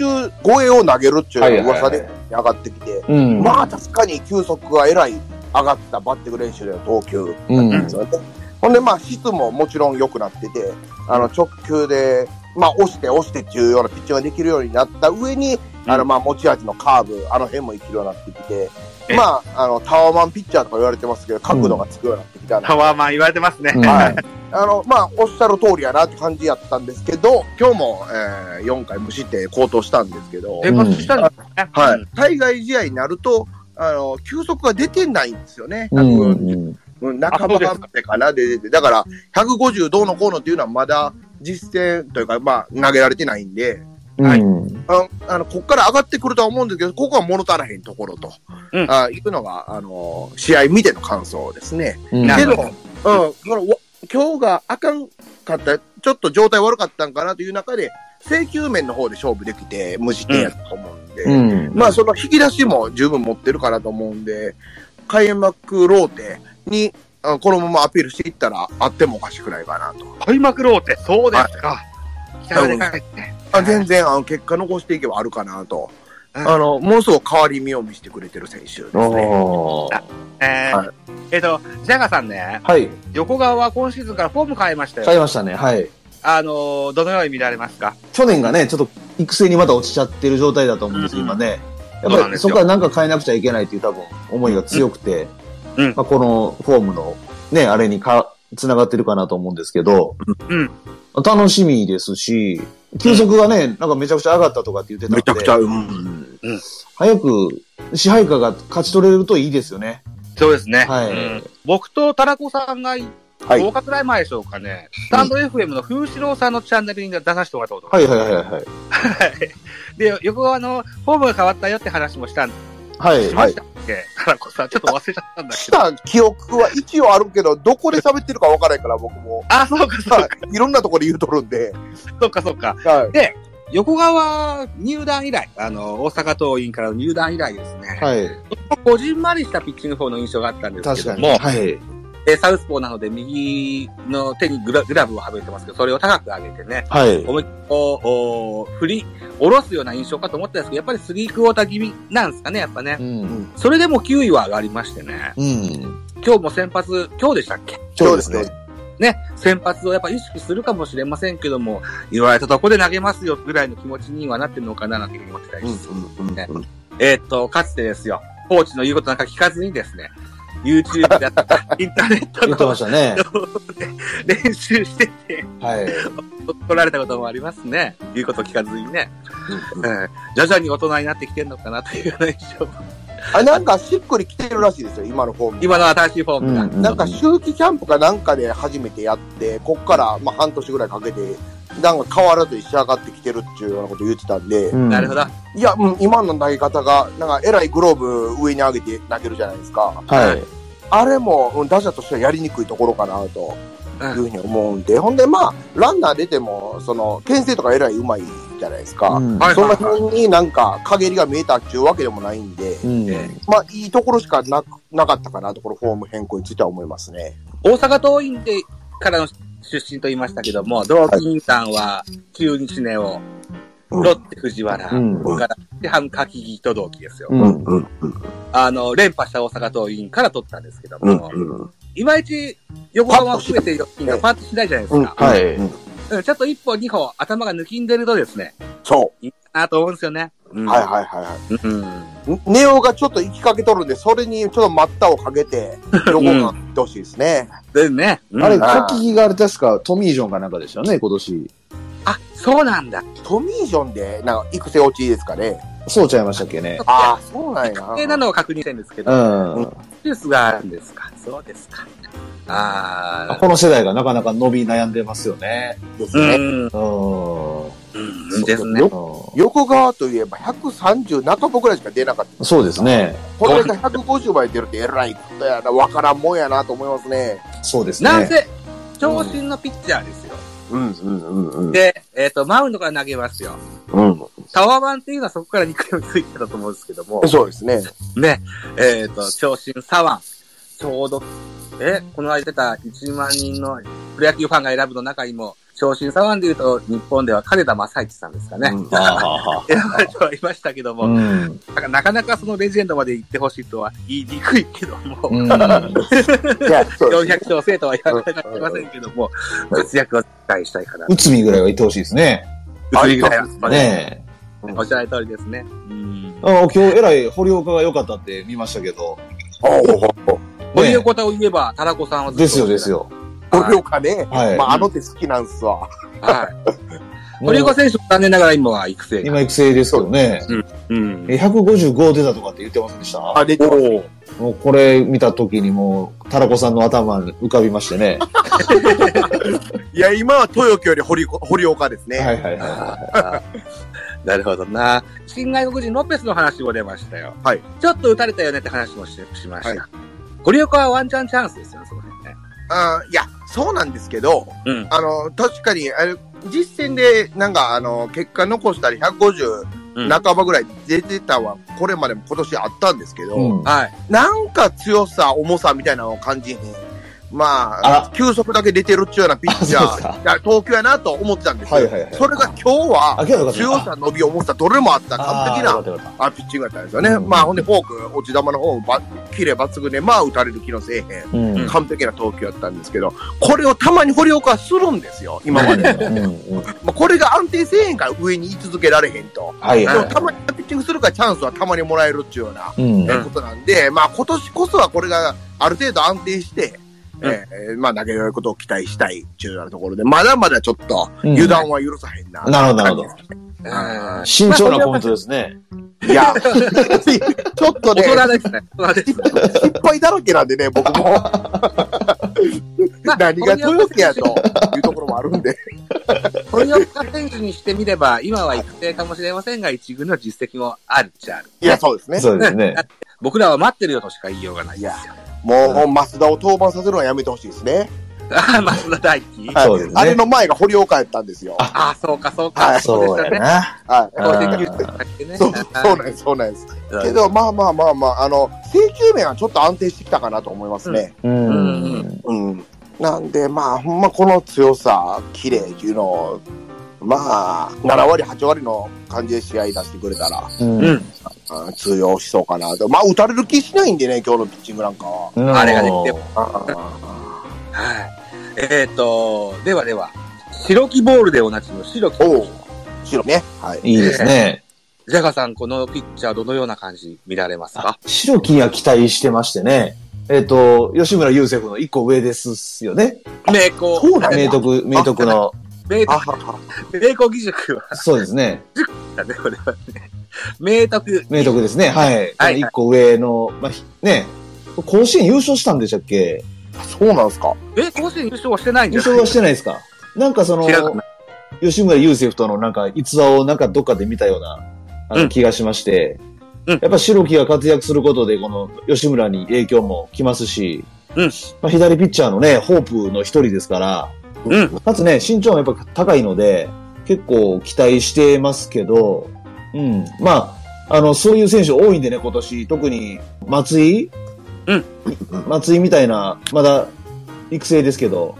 [SPEAKER 4] 155円を投げるっていう噂で
[SPEAKER 3] はいはい
[SPEAKER 4] 上がってきて、
[SPEAKER 3] うん。
[SPEAKER 4] まあ確かに球速がえらい上がったバッティング練習での投球
[SPEAKER 3] うん
[SPEAKER 4] なんですよね。ほんでまあ質ももちろん良くなってて、あの直球で、まあ押して押してっていうようなピッチングができるようになった上に、あのまあ持ち味のカーブ、あの辺も生きるようになってき
[SPEAKER 2] え
[SPEAKER 4] て、まああのタワーマンピッチャーとか言われてますけど、角度がつくようになってきたな
[SPEAKER 2] ータワーマン言われてますね。
[SPEAKER 3] うん
[SPEAKER 4] はい。あの、まあ、おっしゃる通りやなって感じやったんですけど、今日も、えー、4回無失点高騰したんですけど、
[SPEAKER 2] 生活したんですね。
[SPEAKER 4] は
[SPEAKER 2] う
[SPEAKER 4] い
[SPEAKER 2] ん。。
[SPEAKER 4] 対外試合になると、あの、球速が出てないんですよね。
[SPEAKER 3] うん
[SPEAKER 4] 100
[SPEAKER 3] うん
[SPEAKER 4] うん、半ばまでかなで出てて。だから、150どうのこうのっていうのはまだ実践というか、まあ、投げられてないんで、
[SPEAKER 2] はい
[SPEAKER 3] うん
[SPEAKER 4] あの、あのこっから上がってくるとは思うんですけど、ここは物足らへんところと、
[SPEAKER 2] うん
[SPEAKER 4] あいうのが、あの、試合見ての感想ですね。
[SPEAKER 3] うん
[SPEAKER 2] な
[SPEAKER 4] け
[SPEAKER 2] る
[SPEAKER 4] ど、
[SPEAKER 2] ほ
[SPEAKER 4] うん、このわ今日があかんかった、ちょっと状態悪かったんかなという中で、制球面の方で勝負できて、無失点やったと思うんで、
[SPEAKER 3] うん
[SPEAKER 4] まあその引き出しも十分持ってるかなと思うんで、開幕ローテに、あこのままアピールしていったら、あってもおかしくないかなと。
[SPEAKER 2] 開幕ローテ、そうですか。北まで帰って。
[SPEAKER 4] あ全然、あの、結果残していけばあるかなと。
[SPEAKER 2] うん
[SPEAKER 4] あの、ものすごく変わり身を見せてくれてる選手ですね。
[SPEAKER 3] おー
[SPEAKER 2] え
[SPEAKER 4] はい
[SPEAKER 2] ーえっと、ジャガさんね、
[SPEAKER 3] はい。
[SPEAKER 2] 横川は今シーズンからフォーム変えました
[SPEAKER 3] 買
[SPEAKER 2] よ。
[SPEAKER 3] いましたね。はい。
[SPEAKER 2] あのー、どのように見られますか
[SPEAKER 3] 去年がね、ちょっと育成にまた落ちちゃってる状態だと思うんですよ、
[SPEAKER 2] うん
[SPEAKER 3] 今ね。
[SPEAKER 2] そう
[SPEAKER 3] やっ
[SPEAKER 2] な
[SPEAKER 3] ぱ
[SPEAKER 2] んで
[SPEAKER 3] り
[SPEAKER 2] すよ
[SPEAKER 3] そこからなんか変えなくちゃいけないっていう多分思いが強くて、
[SPEAKER 2] うんうん
[SPEAKER 3] まあ、このフォームのね、あれにか、つながってるかなと思うんですけど、
[SPEAKER 2] うん
[SPEAKER 3] 楽しみですし、球速がね、なんかめちゃくちゃ上がったとかって言ってたんで、
[SPEAKER 4] めちゃくちゃ、うん。
[SPEAKER 3] 早く支配下が勝ち取れるといいですよね。
[SPEAKER 2] そうですね。
[SPEAKER 3] はい
[SPEAKER 2] うん僕とタラコさんが
[SPEAKER 4] はい
[SPEAKER 2] 10日くらい前でしょうかね、スタンド FM の風志郎さんのチャンネルに出させてもらったことが
[SPEAKER 3] はいはいはいはい。
[SPEAKER 2] で、横川のフォームが変わったよって話もしたん
[SPEAKER 3] はい
[SPEAKER 2] し。ましたっけタラコさん、ちょっと忘れちゃったんだ
[SPEAKER 4] し
[SPEAKER 2] け ど。
[SPEAKER 4] た記憶は一応あるけど、どこで喋ってるかわからないから、僕も。
[SPEAKER 2] あ、そうか、そう
[SPEAKER 4] は
[SPEAKER 2] か、
[SPEAKER 4] い。いろんなとこで言うとるんで。
[SPEAKER 2] そうか、そうか。
[SPEAKER 4] はい。
[SPEAKER 2] 横川入団以来、あの、大阪桐蔭からの入団以来ですね。
[SPEAKER 3] はい。
[SPEAKER 2] こじんまりしたピッチングフォーの印象があったんです
[SPEAKER 3] 確
[SPEAKER 2] け
[SPEAKER 3] か
[SPEAKER 2] ど
[SPEAKER 3] に。
[SPEAKER 2] も、
[SPEAKER 3] はい。
[SPEAKER 2] えサウスポーなので右の手にグラグラブをはめてますけど、それを高く上げてね、
[SPEAKER 3] はい。
[SPEAKER 2] 思いっきりこうお振り、下ろすような印象かと思ったんですけど、やっぱりスリークォーター気味なんですかね、やっぱね
[SPEAKER 3] う。ん。
[SPEAKER 2] それでも9位は上がりましてね、
[SPEAKER 3] うん。
[SPEAKER 2] 今日も先発、今日でしたっけ
[SPEAKER 3] そうですね。
[SPEAKER 2] ね、先発をやっぱ意識するかもしれませんけども、言われたとこで投げますよぐらいの気持ちにはなってるのかななんていうふうに思ってたりし
[SPEAKER 4] うんうんうんうん
[SPEAKER 2] えーっと、かつてですよ、コーチの言うことなんか聞かずにですね、YouTube だったり、インターネット
[SPEAKER 3] 言ってま
[SPEAKER 2] の
[SPEAKER 3] し たね。
[SPEAKER 2] 練習してて、
[SPEAKER 3] はい。
[SPEAKER 2] 取られたこともありますね。言うこと聞かずにね。うん徐々に大人になってきてるのかなというような印象。
[SPEAKER 4] あなんかしっくりきてるらしいですよ、今のフォーム。
[SPEAKER 2] 今の新しいフォー
[SPEAKER 3] う
[SPEAKER 2] ムが。
[SPEAKER 3] ん
[SPEAKER 4] なんか、秋季キャンプかなんかで初めてやって、こっからまあ半年ぐらいかけて、なんか変わらずに仕上がってきてるっていうようなこと言ってたんで、
[SPEAKER 2] なるほど。。
[SPEAKER 4] いや、うん、今の投げ方が、なんかえらいグローブ上に上げて投げるじゃないですか。
[SPEAKER 3] はい。
[SPEAKER 4] あれも、うん、打者としてはやりにくいところかなと
[SPEAKER 2] う
[SPEAKER 4] い
[SPEAKER 2] ん
[SPEAKER 4] うふうに思うんで、ほんでまあ、ランナー出ても、その、牽制とかえらい上手いじゃないですか。
[SPEAKER 3] うん
[SPEAKER 2] はい
[SPEAKER 4] その辺になんか陰りが見えたっていうわけでもないんで、
[SPEAKER 3] うん
[SPEAKER 2] え
[SPEAKER 4] まあ、いいところしかなくなかったかなと、このフォーム変更については思いますね。
[SPEAKER 2] 大阪桐蔭でからの出身と言いましたけども、同期院さんは中日ネオ、
[SPEAKER 4] うん
[SPEAKER 2] ロッテ藤原、
[SPEAKER 3] うん
[SPEAKER 2] それから日ハム柿木と同期ですよ。
[SPEAKER 3] うん
[SPEAKER 4] うん、
[SPEAKER 2] あの、連覇した大阪桐蔭から取ったんですけども、
[SPEAKER 4] うん。
[SPEAKER 2] いまいち横浜を含めて4人がパッとしないじゃないですか。
[SPEAKER 3] はい
[SPEAKER 2] うんちょっと一歩二歩頭が抜きんでるとですね、
[SPEAKER 4] そ
[SPEAKER 2] いいかなと思うんですよね。うん。
[SPEAKER 4] う。はいはいはいはい
[SPEAKER 2] うん。
[SPEAKER 4] い。ネオがちょっと行きかけとるんで、それにちょっと待ったをかけて、ロゴがってほしいですね。
[SPEAKER 2] でね。うん
[SPEAKER 3] あれ、
[SPEAKER 4] うん
[SPEAKER 3] カキギがあれ確かトミージョンかなんかでしたよね、今年。
[SPEAKER 2] あ、そうなんだ。
[SPEAKER 4] トミージョンで、なんか育成落ちですかね。
[SPEAKER 3] そうちゃいましたっけね。
[SPEAKER 4] ああ、そうなんやな。
[SPEAKER 2] 確定なのを確認してるんですけ
[SPEAKER 3] う
[SPEAKER 2] ど、
[SPEAKER 3] ん。
[SPEAKER 2] ですが、あるんですかそうですか。ああ、
[SPEAKER 3] この世代がなかなか伸び悩んでますよね。
[SPEAKER 4] です
[SPEAKER 2] う
[SPEAKER 4] ね。
[SPEAKER 2] ん、
[SPEAKER 3] うん。
[SPEAKER 2] うん、ですね。
[SPEAKER 3] う
[SPEAKER 4] 横川といえば130半ばぐらいしか出なかった。
[SPEAKER 3] んそうですね。
[SPEAKER 4] これが150倍出るってえらいことやな。わからんもんやなと思いますね。
[SPEAKER 3] そうですね。
[SPEAKER 2] なぜ、長身のピッチャーですよ。
[SPEAKER 4] うんうんうんうん。
[SPEAKER 2] で、えっ、と、マウンドから投げますよ。
[SPEAKER 4] うん。
[SPEAKER 2] タワマンっていうのはそこから肉についてたと思うんですけども、
[SPEAKER 4] そうですね。
[SPEAKER 2] ね、えっ、と、長身左腕、ちょうど、え、この間出た1万人のプロ野球ファンが選ぶの中にも、長身左腕で言うと、日本では金田正一さんですかね。
[SPEAKER 4] うん
[SPEAKER 3] はあはあは
[SPEAKER 2] 選ばれてはいましたけど
[SPEAKER 3] あ
[SPEAKER 2] も、
[SPEAKER 3] うん。
[SPEAKER 2] だからなかなかそのレジェンドまで行ってほしいとは言いにくいけども、
[SPEAKER 3] うん。
[SPEAKER 4] いや、そうですね
[SPEAKER 2] 400勝生とは言われてませんけども、活躍を期待したいかな。
[SPEAKER 3] 内海ぐらいは言ってほしいですね。
[SPEAKER 2] 移りぐらいは、
[SPEAKER 3] ねえ。
[SPEAKER 2] おっしゃる通りですね。うん。
[SPEAKER 3] あ今日えらい堀岡が良かったって見ましたけど。
[SPEAKER 2] ということを言えば、タラコさんはずっと
[SPEAKER 3] ですよです。よ。
[SPEAKER 4] 盛岡ね。
[SPEAKER 3] はい
[SPEAKER 4] まあ、あの手好きなんすわ。
[SPEAKER 2] はい。堀岡選手、残念ながら今は育成が。
[SPEAKER 3] 今育成ですけどね。
[SPEAKER 2] うん
[SPEAKER 3] え155出たとかって言ってませんでした
[SPEAKER 4] あ、出てますね。
[SPEAKER 3] もうこれ見た時にもう、タラコさんの頭に浮かびましてね。
[SPEAKER 4] いや、今は豊樹より堀こ堀岡ですね。
[SPEAKER 3] はいはいは
[SPEAKER 2] あー なるほどな。新外国人ロペスの話も出ましたよ。
[SPEAKER 4] はい。
[SPEAKER 2] ちょっと打たれたよねって話もししました。堀岡はワンチャンチャンスですよね、その辺ね。
[SPEAKER 4] あーいや、そうなんですけど、
[SPEAKER 2] うん。
[SPEAKER 4] あの、確かに、あれ、実戦で、なんか、あの、結果残したり、
[SPEAKER 2] うん
[SPEAKER 4] 150半ばぐらい出てたは、これまでも今年あったんですけ
[SPEAKER 3] い。
[SPEAKER 4] ど、
[SPEAKER 3] うん。
[SPEAKER 2] はい。
[SPEAKER 4] なんか強さ、重さみたいなのを感じへん。ま
[SPEAKER 3] あ
[SPEAKER 4] あ
[SPEAKER 3] ら、
[SPEAKER 4] 球速だけ出てるっちゅうようなピッチャ
[SPEAKER 3] あそうですか
[SPEAKER 4] ー、いや東京やなと思ってたんですよ。
[SPEAKER 3] はいはいはい
[SPEAKER 4] それが今日は、
[SPEAKER 3] あ、今日はよかった。
[SPEAKER 4] 強さ、伸び、重さ、どれもあった、
[SPEAKER 3] あ
[SPEAKER 4] 完
[SPEAKER 3] ー
[SPEAKER 4] 璧
[SPEAKER 3] よか
[SPEAKER 4] な
[SPEAKER 3] ったよかっ
[SPEAKER 4] あピッチングだったんですよね。
[SPEAKER 3] うん
[SPEAKER 4] まあ、ほんで、フォーク、落ち球の方もば、綺麗抜群で、まあ、打たれる気のせえへん。
[SPEAKER 3] た。うん。
[SPEAKER 2] うん
[SPEAKER 4] 完璧な投球やったんですけど、これをたまに堀岡はするんですよ、今まで。
[SPEAKER 3] うんうん
[SPEAKER 4] まあこれが安定せえへんから上に居続けられへんと。
[SPEAKER 3] はい
[SPEAKER 4] で
[SPEAKER 3] は
[SPEAKER 4] も
[SPEAKER 3] い。
[SPEAKER 4] たまにピッチングするからチャンスはたまにもらえるっていうような
[SPEAKER 3] うん
[SPEAKER 4] え。ーことなんで、まあ今年こそはこれがある程度安定して、えーまあ投げられることを期待したいっていうようなところで、まだまだちょっと油断は許さへんな。
[SPEAKER 3] なるほどなるほど。
[SPEAKER 2] うん
[SPEAKER 3] 慎重なコメントです ね。
[SPEAKER 4] いや、 ちょっ
[SPEAKER 2] 大
[SPEAKER 4] とね、
[SPEAKER 2] 人ですね。大人です。
[SPEAKER 4] 失敗だらけなんで ね、僕も。
[SPEAKER 2] まあ
[SPEAKER 4] 何が豊洲やというところもあるんで。
[SPEAKER 2] 堀岡選手にしてみれば、今は育成かもしれませんが、一軍の実績もあるっちゃある。
[SPEAKER 4] いや、そうですね。
[SPEAKER 3] そうですね。
[SPEAKER 2] 僕らは待ってるよとしか言いようがないですよ。
[SPEAKER 4] もう、増田を登板させるのはやめてほしいですね。
[SPEAKER 2] ああ、 松田大輝。
[SPEAKER 4] はい
[SPEAKER 3] そうですね
[SPEAKER 4] あれの前が堀岡やったんですよ。
[SPEAKER 2] ああ、そうか、そう
[SPEAKER 4] は
[SPEAKER 2] か。
[SPEAKER 4] い
[SPEAKER 3] そう
[SPEAKER 2] でし
[SPEAKER 3] や
[SPEAKER 2] たね。
[SPEAKER 3] な。
[SPEAKER 4] は
[SPEAKER 2] 公的球団だっけね
[SPEAKER 4] い。そう、そうなんです、そうなんです。
[SPEAKER 2] うん
[SPEAKER 4] けど、まあまあまあまあ、あの、請求面はちょっと安定してきたかなと思いますね。
[SPEAKER 3] うん
[SPEAKER 2] うん。
[SPEAKER 4] うん。なんで、まあ、ほんまこの強さ、綺麗っていうのを、まあ、7割、8割の感じで試合出してくれたら、
[SPEAKER 3] うん
[SPEAKER 2] うん。
[SPEAKER 4] うん通用しそうかなと。まあ、打たれる気しないんでね、今日のピッチングなんかは。
[SPEAKER 3] うん
[SPEAKER 2] あれができて
[SPEAKER 4] あ
[SPEAKER 2] はい。えっ、と、ではでは、白木ボールでおなじみの白木
[SPEAKER 4] ーお
[SPEAKER 2] 投
[SPEAKER 4] う、白ね。はい。
[SPEAKER 3] いいですね。
[SPEAKER 2] 手。ジャガさん、このピッチャーどのような感じ見られますか
[SPEAKER 3] 白木が期待してましてね。えっ、と、吉村優成君の一個上ですよね。
[SPEAKER 2] 名工、
[SPEAKER 4] そうだ
[SPEAKER 3] 明
[SPEAKER 4] ね。
[SPEAKER 3] 徳、明徳の。
[SPEAKER 2] 名
[SPEAKER 4] あ
[SPEAKER 2] 工、
[SPEAKER 4] はは。
[SPEAKER 2] 名工義塾は、
[SPEAKER 3] そうですね。
[SPEAKER 2] だね、これはね。名徳、
[SPEAKER 3] 明徳ですね。はい。
[SPEAKER 2] はい
[SPEAKER 3] 一個上の、まあ、ひね。甲子園優勝したんでしたっけ
[SPEAKER 4] そうなんですか。
[SPEAKER 2] え、甲子園優勝はしてないん
[SPEAKER 3] 優
[SPEAKER 2] じゃ
[SPEAKER 3] 勝
[SPEAKER 2] ない
[SPEAKER 3] はしてないですかなんかその
[SPEAKER 2] 知らなかっ、
[SPEAKER 3] 吉村優セフとのなんか逸話をなんかどっかで見たようなあの
[SPEAKER 2] うん
[SPEAKER 3] 気がしまして、
[SPEAKER 2] うん
[SPEAKER 3] やっぱ白木が活躍することで、この吉村に影響も来ますし、
[SPEAKER 2] うん
[SPEAKER 3] まあ、左ピッチャーのね、ホープの一人ですから、
[SPEAKER 2] うん
[SPEAKER 3] かつね、身長もやっぱ高いので、結構期待してますけど、うん、まあ、あの、そういう選手多いんでね、今年、特に松井、
[SPEAKER 2] うん
[SPEAKER 3] 松井みたいな、まだ育成ですけど、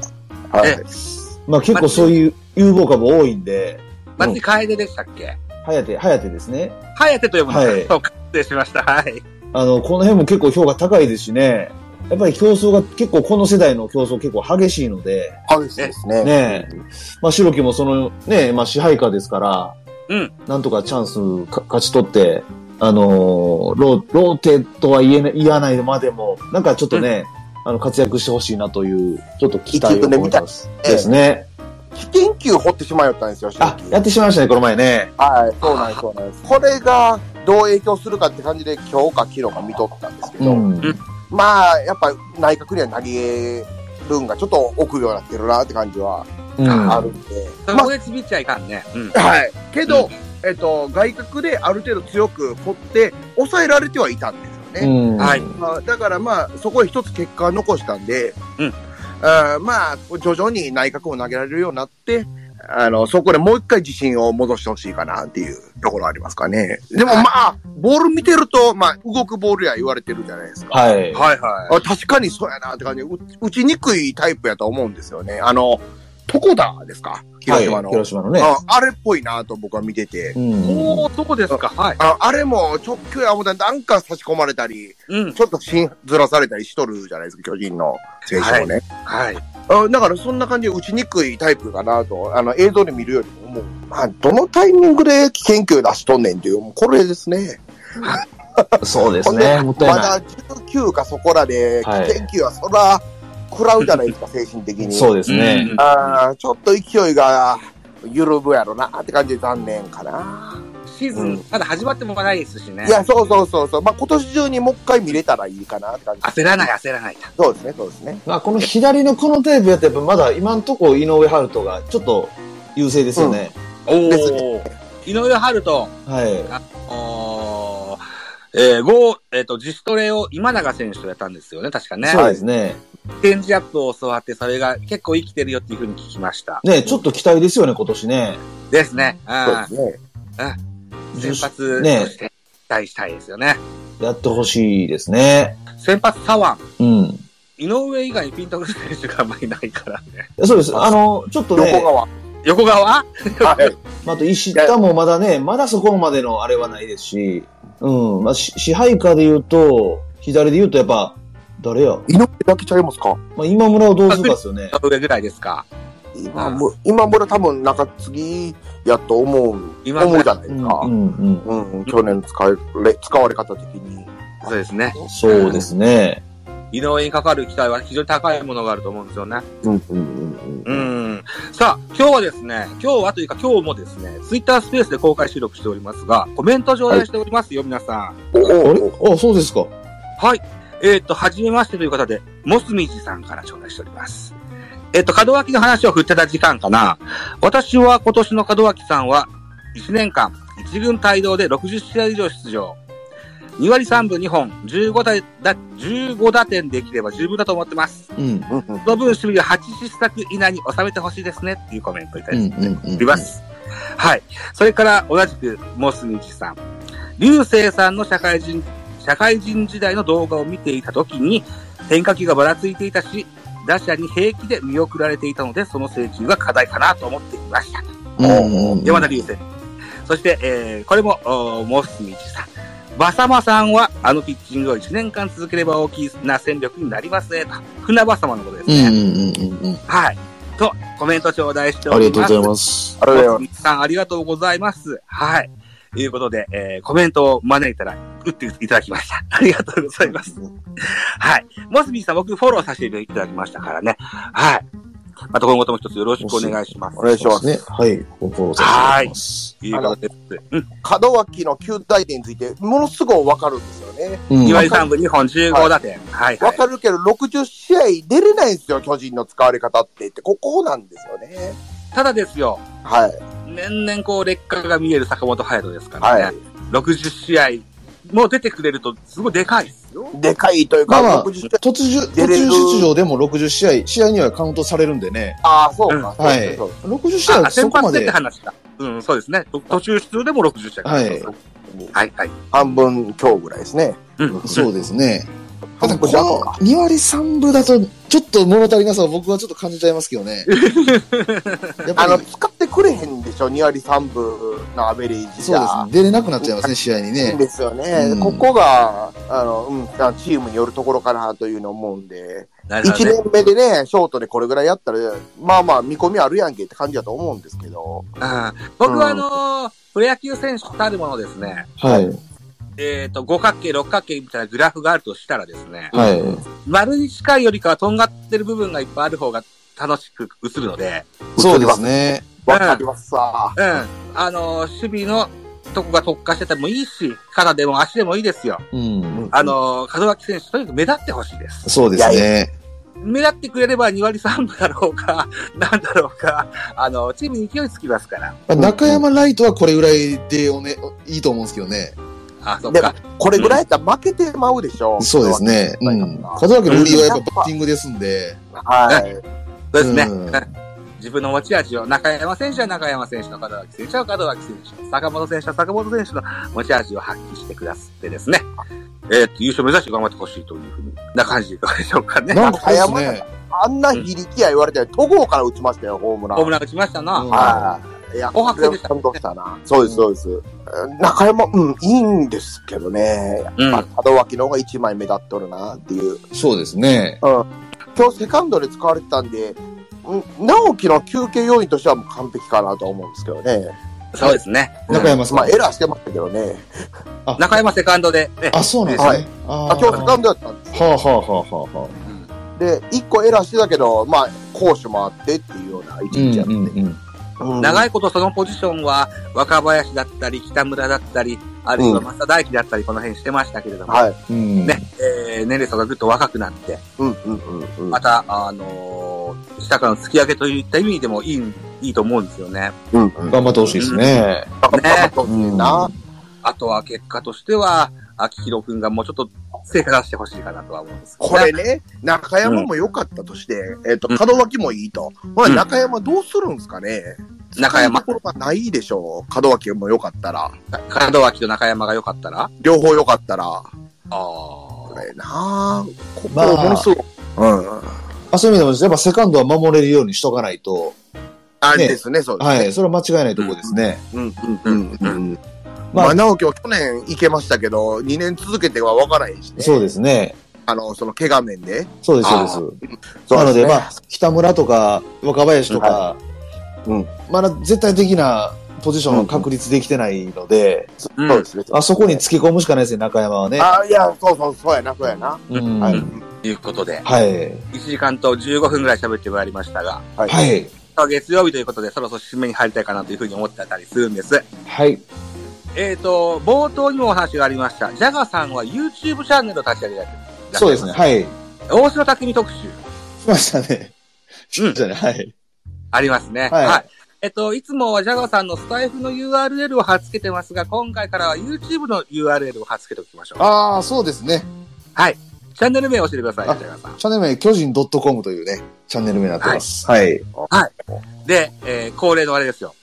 [SPEAKER 4] は
[SPEAKER 2] え
[SPEAKER 4] い。
[SPEAKER 3] まあ結構そういう有望株多いんで、
[SPEAKER 2] 松井楓でしたっけ
[SPEAKER 3] 早手、やてですね。
[SPEAKER 2] 颯と読むのか、
[SPEAKER 3] はい
[SPEAKER 2] そうか失礼しました。はい。
[SPEAKER 3] あの、この辺も結構評価高いですしね。やっぱり競争が結構この世代の競争結構激しいので、
[SPEAKER 4] 激しいですね。
[SPEAKER 3] ねえまあ白木もそのね、まあ支配下ですから、
[SPEAKER 2] うん
[SPEAKER 3] なんとかチャンスか勝ち取って、あのーロー、ローテとは言えない、言わないまでも、なんかちょっとね、あの活躍してほしいなという、ちょっと期待を込めてます。
[SPEAKER 4] 一部で見たい
[SPEAKER 3] ですね。
[SPEAKER 4] 危険球掘ってしまいよったんですよ、
[SPEAKER 3] あ、やってしまいましたね、この前ね。
[SPEAKER 4] はい、そうなんです、そうなんです。これが、どう影響するかって感じで、今日か昨日か見とったんですけ
[SPEAKER 3] う
[SPEAKER 4] ど、
[SPEAKER 3] ん。
[SPEAKER 4] まあ、やっぱ内閣には投げるんがちょっと臆病になってるなって感じは
[SPEAKER 3] うん。
[SPEAKER 4] あるんで、
[SPEAKER 2] そ
[SPEAKER 4] ま
[SPEAKER 2] こでちびっちゃいかんね。うん。
[SPEAKER 4] あ、はい。けど、
[SPEAKER 2] うん
[SPEAKER 4] えっと、外角である程度強く掘って、抑えられてはいたんですよね。
[SPEAKER 3] うん。
[SPEAKER 2] はい
[SPEAKER 4] まあ、だからまあ、そこへ一つ結果を残したんで、
[SPEAKER 2] うん
[SPEAKER 4] あーまあ、徐々に内角を投げられるようになって、あの、そこでもう一回自信を戻してほしいかなっていうところありますかね。でもまあ、ボール見てると、まあ、動くボールや言われてるじゃないですか。
[SPEAKER 3] はい。
[SPEAKER 2] はいは
[SPEAKER 4] あ確かにそうやなって感じで打打ちにくいタイプやと思うんですよね。あの、床田ですか広島
[SPEAKER 3] は
[SPEAKER 4] の、
[SPEAKER 3] い広島のね。
[SPEAKER 4] あ。あれっぽいなと僕は見てて
[SPEAKER 3] う。
[SPEAKER 2] い。
[SPEAKER 3] ん。
[SPEAKER 2] おー、そうですか。はい。
[SPEAKER 4] ああれも直球や思ったらなんか差し込まれたり、
[SPEAKER 2] うん。
[SPEAKER 4] ちょっと芯ずらされたりしとるじゃないですか、巨人の選手もね。
[SPEAKER 2] はい。
[SPEAKER 4] あだからそんな感じで打ちにくいタイプかなと、あの映像で見るよりも、もう、まあ、どのタイミングで危険球出しとんねんっていう、もうこれですね。
[SPEAKER 3] そうで
[SPEAKER 4] ほ
[SPEAKER 3] す
[SPEAKER 4] ん
[SPEAKER 3] ね。もったい
[SPEAKER 4] ま
[SPEAKER 3] な
[SPEAKER 4] だ19かそこらで、危
[SPEAKER 3] はい
[SPEAKER 4] 険球はそら、食らうじゃないですか、精神的
[SPEAKER 3] い。
[SPEAKER 4] に。
[SPEAKER 3] そうですね。
[SPEAKER 2] うん
[SPEAKER 4] あーちょっと勢いが緩むやろなって感じで残念かな。
[SPEAKER 2] シーズン、まだ始まってもないですしね
[SPEAKER 4] い。や、そうそうそうそう。まあ、今年中にもう一回見れたらいいかなって感じ。
[SPEAKER 2] 焦らない、焦らない。
[SPEAKER 4] そうですね、そうですね。
[SPEAKER 3] まあ、この左のこのテープやったらやっぱまだ今のとこ井上春人がちょっと優勢ですよね。
[SPEAKER 2] お
[SPEAKER 4] です
[SPEAKER 2] ー。井上春人、
[SPEAKER 3] はい。
[SPEAKER 2] おーえー、ゴー、えっ、と、自主トレを今永選手とやったんですよね、確かね。
[SPEAKER 3] そうですね。
[SPEAKER 2] チェンジアップを教わって、それが結構生きてるよっていうふうに聞きました。
[SPEAKER 3] ね、ちょっと期待ですよね、今年ね。
[SPEAKER 2] ですね。う
[SPEAKER 4] そうです
[SPEAKER 2] ん。
[SPEAKER 4] ね。
[SPEAKER 2] 先発と
[SPEAKER 3] ね
[SPEAKER 2] して期待したいですよね。
[SPEAKER 3] やってほしいですね。
[SPEAKER 2] 先発左
[SPEAKER 3] うん。
[SPEAKER 2] 腕、井上以外にピンとくる選手があんまりいないからね。
[SPEAKER 3] そうです。あの、ちょっとね
[SPEAKER 4] 横、川。
[SPEAKER 2] 横川
[SPEAKER 4] はい。
[SPEAKER 3] まああと石田もまだね、まだそこまでのあれはないですし、うん。まあ、し支配下で言うと、左で言うとやっぱ、誰や
[SPEAKER 4] 井上だけちゃいますか
[SPEAKER 3] まあ、今村をどうするかですよね。
[SPEAKER 2] 上ぐらいですか。
[SPEAKER 4] 今も、今村多分中継ぎやと思う、
[SPEAKER 2] 今
[SPEAKER 4] 思うじ
[SPEAKER 2] 村。
[SPEAKER 4] ゃないで
[SPEAKER 3] う
[SPEAKER 4] す
[SPEAKER 3] ん、
[SPEAKER 4] か
[SPEAKER 3] う。ん、うん。
[SPEAKER 4] うん、去年使れ、使われ方的に。
[SPEAKER 2] そうですね。
[SPEAKER 3] そうですね。
[SPEAKER 2] 井上にかかる期待は非常に高いものがあると思うんですよね。
[SPEAKER 4] うん、うん、
[SPEAKER 2] う
[SPEAKER 4] うん。
[SPEAKER 2] ん。さあ、今日はですね、今日はというか今日もですね、ツイッタースペースで公開収録しておりますが、コメント頂戴しておりますよ、皆さん。
[SPEAKER 4] お
[SPEAKER 3] あ
[SPEAKER 4] お
[SPEAKER 3] れあ、そうですか。
[SPEAKER 2] はい。えっ、と、はじめましてという方で、モスミジさんから頂戴しております。えっ、と、門脇の話を振ってた時間かな。私は今年の門脇さんは、1年間、1軍帯同で60試合以上出場。2割3分2本、15打だ15打点できれば十分だと思ってます。
[SPEAKER 3] うん。
[SPEAKER 4] うんうん
[SPEAKER 2] その分、守備は8失策以内に収めてほしいですね、っていうコメントいただいてます
[SPEAKER 3] うん、うん、うん。
[SPEAKER 2] います。はい。それから、同じく、モスミチさん。流星さんの社会人、社会人時代の動画を見ていたときに、変化球がばらついていたし、打者に平気で見送られていたので、その請求が課題かなと思っていました。
[SPEAKER 3] うん、うん。
[SPEAKER 2] 山田流星。そして、えーこれも、おーモスミチさん。バサマさんは、あのピッチングを1年間続ければ大きな戦力になりますね、と。船バサマのことです
[SPEAKER 3] うん、う
[SPEAKER 2] ね。
[SPEAKER 3] ん、うん、うん。
[SPEAKER 2] はい。と、コメント頂戴して
[SPEAKER 3] あ
[SPEAKER 2] おり
[SPEAKER 3] りがとう
[SPEAKER 2] ま
[SPEAKER 3] ご
[SPEAKER 2] す
[SPEAKER 3] ざい。ます。
[SPEAKER 4] あれだよ。
[SPEAKER 2] みつさん、ありがとうございます。はい。ということで、えー、コメントを招いたら、打っていただきました。 ありがとうございます。はい。モスビーさん、僕、フォローさせていただきましたからね。はい。また今後とも一つよろしくお願いします。
[SPEAKER 4] お願いします。
[SPEAKER 3] ね。はい。ご苦労様でございます。
[SPEAKER 2] ということです。うん。
[SPEAKER 4] 門脇の球体点について、ものすごいわかるんですよね。
[SPEAKER 3] うん
[SPEAKER 2] 岩井さん部2本15打点。はい。は
[SPEAKER 4] わ
[SPEAKER 2] い。
[SPEAKER 4] かるけど、60試合出れないんですよ、巨人の使われ方って。って、ここなんですよね。
[SPEAKER 2] ただですよ、
[SPEAKER 4] はい。
[SPEAKER 2] 年々こう、劣化が見える坂本隼人ですからね。
[SPEAKER 4] はい。
[SPEAKER 2] 60試合、もう出てくれると、すごいでかいですよ。
[SPEAKER 4] でかいというか、
[SPEAKER 3] まあまあ
[SPEAKER 4] 60試合。
[SPEAKER 3] 途中、途
[SPEAKER 4] 出れる
[SPEAKER 3] 中出場でも60試合、試合にはカウントされるんでね。
[SPEAKER 4] ああ、そうか。
[SPEAKER 3] は
[SPEAKER 4] そうで
[SPEAKER 3] い。
[SPEAKER 4] すそうです
[SPEAKER 3] 60試合
[SPEAKER 2] あ、
[SPEAKER 3] はそ
[SPEAKER 2] 先
[SPEAKER 3] こま
[SPEAKER 2] 発でって
[SPEAKER 3] で。
[SPEAKER 2] 話だ。うん、そうですね。と途中出場でも60試合。
[SPEAKER 3] はい
[SPEAKER 2] はい、はい。
[SPEAKER 4] 半分強ぐらいですね。
[SPEAKER 2] うん。
[SPEAKER 3] そうですね。ただ、
[SPEAKER 4] 半
[SPEAKER 3] こ
[SPEAKER 4] 分
[SPEAKER 3] の
[SPEAKER 4] 弱か。
[SPEAKER 3] 2割3分だと、ちょっと物足りなさを僕はちょっと感じちゃいますけど ね。やっ
[SPEAKER 4] あ
[SPEAKER 3] ぱ
[SPEAKER 4] の、
[SPEAKER 3] り、
[SPEAKER 4] 使ってくれへんでしょ、2割3分のアベレージじ
[SPEAKER 3] そう
[SPEAKER 4] ゃ。
[SPEAKER 3] ですね。出れなくなっちゃいますね、試合に
[SPEAKER 4] いいん
[SPEAKER 3] ね。
[SPEAKER 4] ですよね、
[SPEAKER 3] うん
[SPEAKER 4] ここが、あの、うん、あチームによるところかなというのを思うんで、
[SPEAKER 2] なる
[SPEAKER 4] 1
[SPEAKER 2] ほどね。
[SPEAKER 4] 年目でね、ショートでこれぐらいやったら、まあまあ見込みあるやんけって感じだと思うんですけど、
[SPEAKER 2] うん僕はあのープロ野球選手たるものですね、
[SPEAKER 3] はい。
[SPEAKER 2] えっ、と、五角形、六角形みたいなグラフがあるとしたらですね、
[SPEAKER 3] はい。
[SPEAKER 2] 丸に近いよりかはとんがってる部分がいっぱいある方が楽しく映るので、
[SPEAKER 3] そうですね。
[SPEAKER 4] わかりますさ。
[SPEAKER 2] うん。あのー守備のとこが特化しててもいいし、肩でも足でもいいですよ。
[SPEAKER 3] うん。
[SPEAKER 2] あのー、門脇選手、とにかく目立ってほしいです。
[SPEAKER 3] そうですね。
[SPEAKER 2] 目立ってくれれば2割3分だろうか、なんだろうか、あの、チームに勢いつきますから。
[SPEAKER 1] まあ中山ライトはこれぐらいでおね、いいと思うんですけどね。
[SPEAKER 2] あ、そっ
[SPEAKER 4] でも
[SPEAKER 2] か。、
[SPEAKER 4] これぐらいやったら負けてまうでしょ。
[SPEAKER 1] そうですね。
[SPEAKER 4] う
[SPEAKER 1] うんん。門脇の売りはやっぱバッティングですんで。
[SPEAKER 4] はい。
[SPEAKER 2] そうですね。
[SPEAKER 1] うん
[SPEAKER 2] 自分の持ち味を、中山選手は中山選手の門脇選手は門脇選手、坂本選手は坂本選手の持ち味を発揮してくださってですね。えっ、と、優勝目指して頑張ってほしいというふうな感じでいかがでしょうかね。
[SPEAKER 1] なんかです
[SPEAKER 4] 中山
[SPEAKER 1] ね。
[SPEAKER 4] あんな非力や言われて、戸郷から打ちましたよ、ホームラン。
[SPEAKER 2] ホームラン打ちましたな。
[SPEAKER 1] うん
[SPEAKER 4] はい。いや、
[SPEAKER 2] 紅白でした
[SPEAKER 4] 感動したな。そうです、そうです。中山、うん、いいんですけどね。
[SPEAKER 2] うん
[SPEAKER 4] まあ、門脇の方が一枚目立っとるな、っていう。
[SPEAKER 1] そうですね。
[SPEAKER 4] 今日セカンドで使われてたんで、うん直樹の休憩要因としてはもう完璧かなと思うんですけどね。
[SPEAKER 2] そうですね。
[SPEAKER 1] 中山さん
[SPEAKER 4] まあ、エラーしてましたけどね。
[SPEAKER 2] 中山セカンドで、ね、
[SPEAKER 1] あ、そうなんですね。
[SPEAKER 4] はい
[SPEAKER 1] あー
[SPEAKER 4] あ今日セカンドやったんです
[SPEAKER 3] はあはあはあはあはあ。
[SPEAKER 4] で、1個エラーしてたけど、まあ、攻守もあってっていうような一
[SPEAKER 3] うん
[SPEAKER 4] 日やっ
[SPEAKER 3] う
[SPEAKER 4] て。
[SPEAKER 3] んうん。
[SPEAKER 4] うん
[SPEAKER 2] 長いことそのポジションは若林だったり、北村だったり、あるいは増田大輝だったり、この辺してましたけれども、
[SPEAKER 4] はい。
[SPEAKER 3] うん。
[SPEAKER 2] ね、えー、年齢層がぐっと若くなって、
[SPEAKER 4] うんうんうんうん。
[SPEAKER 2] また、あのー下からの突き上げといった意味でもいい、いいと思うんですよね。
[SPEAKER 4] うんうん。
[SPEAKER 3] 頑張ってほしいですね。
[SPEAKER 4] 頑張ってほしいな。
[SPEAKER 2] あとは結果としては、秋広くんがもうちょっと成果出してほしいかなとは思うんですけど
[SPEAKER 4] こ
[SPEAKER 2] ね、
[SPEAKER 4] れね、中山も良かったとして、えっ、と、門脇もいいと。ほら、
[SPEAKER 2] うん
[SPEAKER 4] 中山どうするんですかね
[SPEAKER 2] 中山
[SPEAKER 4] 使いどころがないでしょう。門脇も良かったら。
[SPEAKER 2] 門脇と中山が良かったらあ
[SPEAKER 4] 両方良かったら。
[SPEAKER 2] あ
[SPEAKER 4] これなぁ。ここ
[SPEAKER 3] まあ
[SPEAKER 4] ものすごく。うん。
[SPEAKER 3] あ、そういう意味でも、やっぱセカンドは守れるようにしとかないと、
[SPEAKER 4] あれ
[SPEAKER 3] ね
[SPEAKER 4] ですね、そうですね。
[SPEAKER 3] はい、それは間違いないところですね。
[SPEAKER 4] うん。
[SPEAKER 2] うん
[SPEAKER 4] う。
[SPEAKER 2] うんん。
[SPEAKER 3] まあ
[SPEAKER 4] まあ、直樹は去年行けましたけど、2年続けては分からへんしね。
[SPEAKER 3] そうですね。
[SPEAKER 4] あの、その、怪我面で。
[SPEAKER 3] そうです、そう
[SPEAKER 2] あー
[SPEAKER 3] です。
[SPEAKER 4] そう
[SPEAKER 3] なの
[SPEAKER 4] すね
[SPEAKER 3] で、まあ、北村とか若林とか、
[SPEAKER 4] うんはい
[SPEAKER 3] まだ絶対的なポジションを確立できてないので、
[SPEAKER 2] うん
[SPEAKER 4] そうですね。
[SPEAKER 3] あそこにつけ込むしかないですね、中山はね。
[SPEAKER 4] あ、いや、そうそう、そうやな、そうやな。
[SPEAKER 3] うん
[SPEAKER 4] は。
[SPEAKER 3] はいい。
[SPEAKER 2] ということで、
[SPEAKER 3] はい。
[SPEAKER 2] 1時間と15分ぐらい喋ってまいりましたが、
[SPEAKER 4] は。
[SPEAKER 3] はいい。
[SPEAKER 2] 月曜日ということで、そろそろ締めに入りたいかなというふうに思ってたりするんです。
[SPEAKER 3] はい。
[SPEAKER 2] えっ、と、冒頭にもお話がありました、ジャガーさんは YouTube チャンネルを立ち上げられてる。
[SPEAKER 3] そうですね。。はい。
[SPEAKER 2] 大城匠特集、
[SPEAKER 3] しましたね。しましたね。はい。
[SPEAKER 2] ありますね。
[SPEAKER 3] はい
[SPEAKER 2] えっと、いつもはジャガーさんのスタイフの URL を貼っ付けてますが、今回からは YouTube の URL を貼っ付けておきましょう。
[SPEAKER 1] ああ、そうですね。
[SPEAKER 2] はい。チャンネル名を教えてください、ジ
[SPEAKER 1] あ
[SPEAKER 2] ャガーさん。
[SPEAKER 1] チャンネル名、巨人 .com というね、チャンネル名になってます。はい。
[SPEAKER 2] で、えー恒例のあれですよ。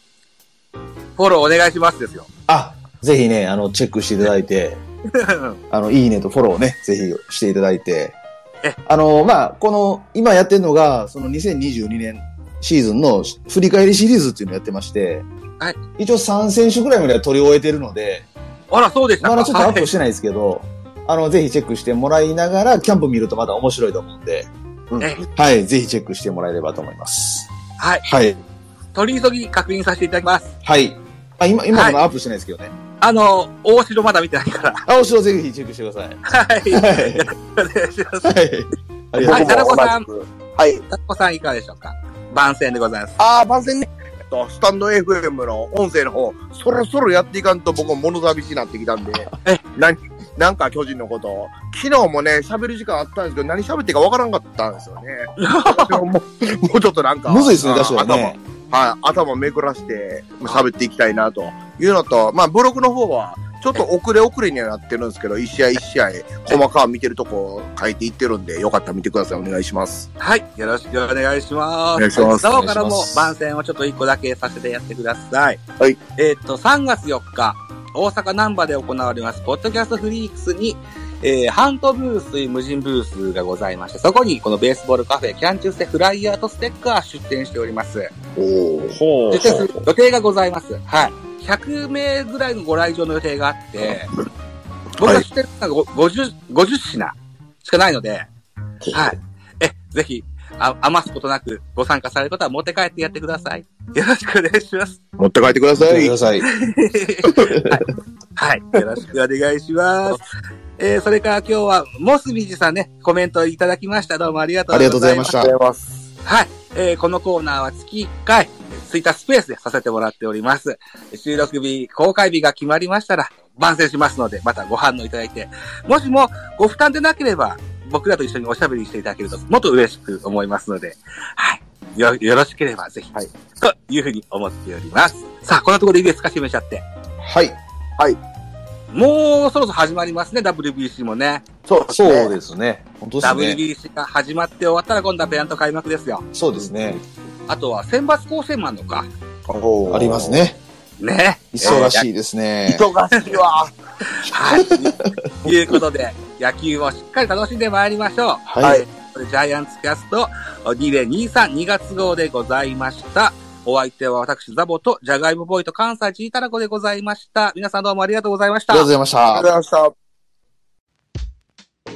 [SPEAKER 2] フォローお願いしますですよ。
[SPEAKER 3] あ、ぜひね、あの、チェックしていただいて、あの、いいねとフォローをね、ぜひしていただいて
[SPEAKER 2] え。
[SPEAKER 3] あの、まあ、この、今やってるのが、その2022年シーズンの振り返りシリーズっていうのをやってまして、
[SPEAKER 2] はい
[SPEAKER 3] 一応3選手くらいまでは取り終えてるので、
[SPEAKER 2] あら、そうでしたか。
[SPEAKER 3] まだちょっとアップ
[SPEAKER 2] はい
[SPEAKER 3] してないですけど、あの、ぜひチェックしてもらいながら、キャンプ見るとまだ面白いと思うんで、
[SPEAKER 4] うん
[SPEAKER 2] え
[SPEAKER 3] はい、ぜひチェックしてもらえればと思います。
[SPEAKER 2] はい。
[SPEAKER 3] はい。
[SPEAKER 2] 取り急ぎ確認させていただきます。
[SPEAKER 3] はい。あ、今、今
[SPEAKER 2] はい
[SPEAKER 3] まだアップしてないですけどね。
[SPEAKER 2] あの、大城まだ見てないから。
[SPEAKER 3] あ、お城ぜひチェックしてください。
[SPEAKER 2] はい。
[SPEAKER 3] はい。
[SPEAKER 2] お願いします。
[SPEAKER 3] はい。ありが
[SPEAKER 4] 僕
[SPEAKER 2] は
[SPEAKER 3] と
[SPEAKER 4] も
[SPEAKER 2] い、
[SPEAKER 3] うございます
[SPEAKER 2] 田中さん
[SPEAKER 4] 同じくはい。
[SPEAKER 2] タコさんいかがでしょうか番宣でございます。
[SPEAKER 4] あー、番宣ね。えっとスタンド FM の音声の方、そろそろやっていかんと僕も物寂しになってきたんで
[SPEAKER 2] え、
[SPEAKER 4] ななんか巨人のこと、昨日もね、喋る時間あったんですけど、何喋っていいかわからんかったんですよね。もうもうちょっとなんか、
[SPEAKER 3] むずいですね、確かに
[SPEAKER 4] 頭
[SPEAKER 3] ね。
[SPEAKER 4] はい、頭めくらして喋っていきたいなというのと、まあ、ブログの方は、ちょっと遅れ遅れにはなってるんですけど、一試合一試合、細かく見てるとこ書いていってるんで、よかったら見てください。お願いします。
[SPEAKER 2] はい。よろしくお願いします。
[SPEAKER 4] お願いします
[SPEAKER 2] なおからも
[SPEAKER 3] お願いします
[SPEAKER 2] 番宣をちょっと一個だけさせてやってください。
[SPEAKER 4] はい。
[SPEAKER 2] えっ、と、3月4日、大阪難波で行われます、ポッドキャストフリークスに、えー、ハントブースという無人ブースがございまして、そこにこのベースボールカフェ、キャンチューセフライヤーとステッカー出店しております。
[SPEAKER 4] おお。
[SPEAKER 3] ほ
[SPEAKER 2] 出店する予定がございます。はい。100名ぐらいのご来場の予定があって、僕が知ってるのが50、50品しかないので、はい。え、ぜひ、あ余すことなくご参加される方は持って帰ってやってください。よろしくお願いします。
[SPEAKER 4] 持って帰ってくださ
[SPEAKER 3] く
[SPEAKER 4] い
[SPEAKER 3] だ。さい。は
[SPEAKER 2] はい。はい。よろしくお願いします。えー、それから今日は、モスビジさんね、コメントいただきました。どうもありがとう
[SPEAKER 3] ありがとう
[SPEAKER 2] ご
[SPEAKER 3] ござ
[SPEAKER 2] ざい
[SPEAKER 3] い
[SPEAKER 2] ま
[SPEAKER 3] ま
[SPEAKER 2] し。
[SPEAKER 3] したた。
[SPEAKER 4] ます。
[SPEAKER 2] はい。えー、このコーナーは月1回、ツイッタースペースでさせてもらっております。収録日、公開日が決まりましたら、番宣しますので、またご反応いただいて、もしもご負担でなければ、僕らと一緒におしゃべりしていただけると、もっと嬉しく思いますので、はい。よ、よろしければぜひ、はい。というふうに思っております。さあ、こんなところでいいですか締めちゃって。
[SPEAKER 3] はい。
[SPEAKER 2] もうそろそろ始まりますね、WBC もね。
[SPEAKER 4] そう
[SPEAKER 3] そうですね。本当ですね。
[SPEAKER 2] WBC が始まって終わったら今度はペナント開幕ですよ。
[SPEAKER 3] そうですね。
[SPEAKER 2] あとは選抜構成もあるのか。
[SPEAKER 3] あります。ね。
[SPEAKER 2] ね。
[SPEAKER 3] 忙しいですね。
[SPEAKER 4] 忙しいわ。。
[SPEAKER 2] はい。ということで、野球をしっかり楽しんでまいりましょう。
[SPEAKER 3] はい
[SPEAKER 2] ジャイアンツキャスト2023、2月号でございました。お相手は私、ザボと、ジャガイモボーイと関西チータラコでございました。皆さんどうもありがとうございました
[SPEAKER 3] ありがとう。ございました。
[SPEAKER 4] ありがとうございました。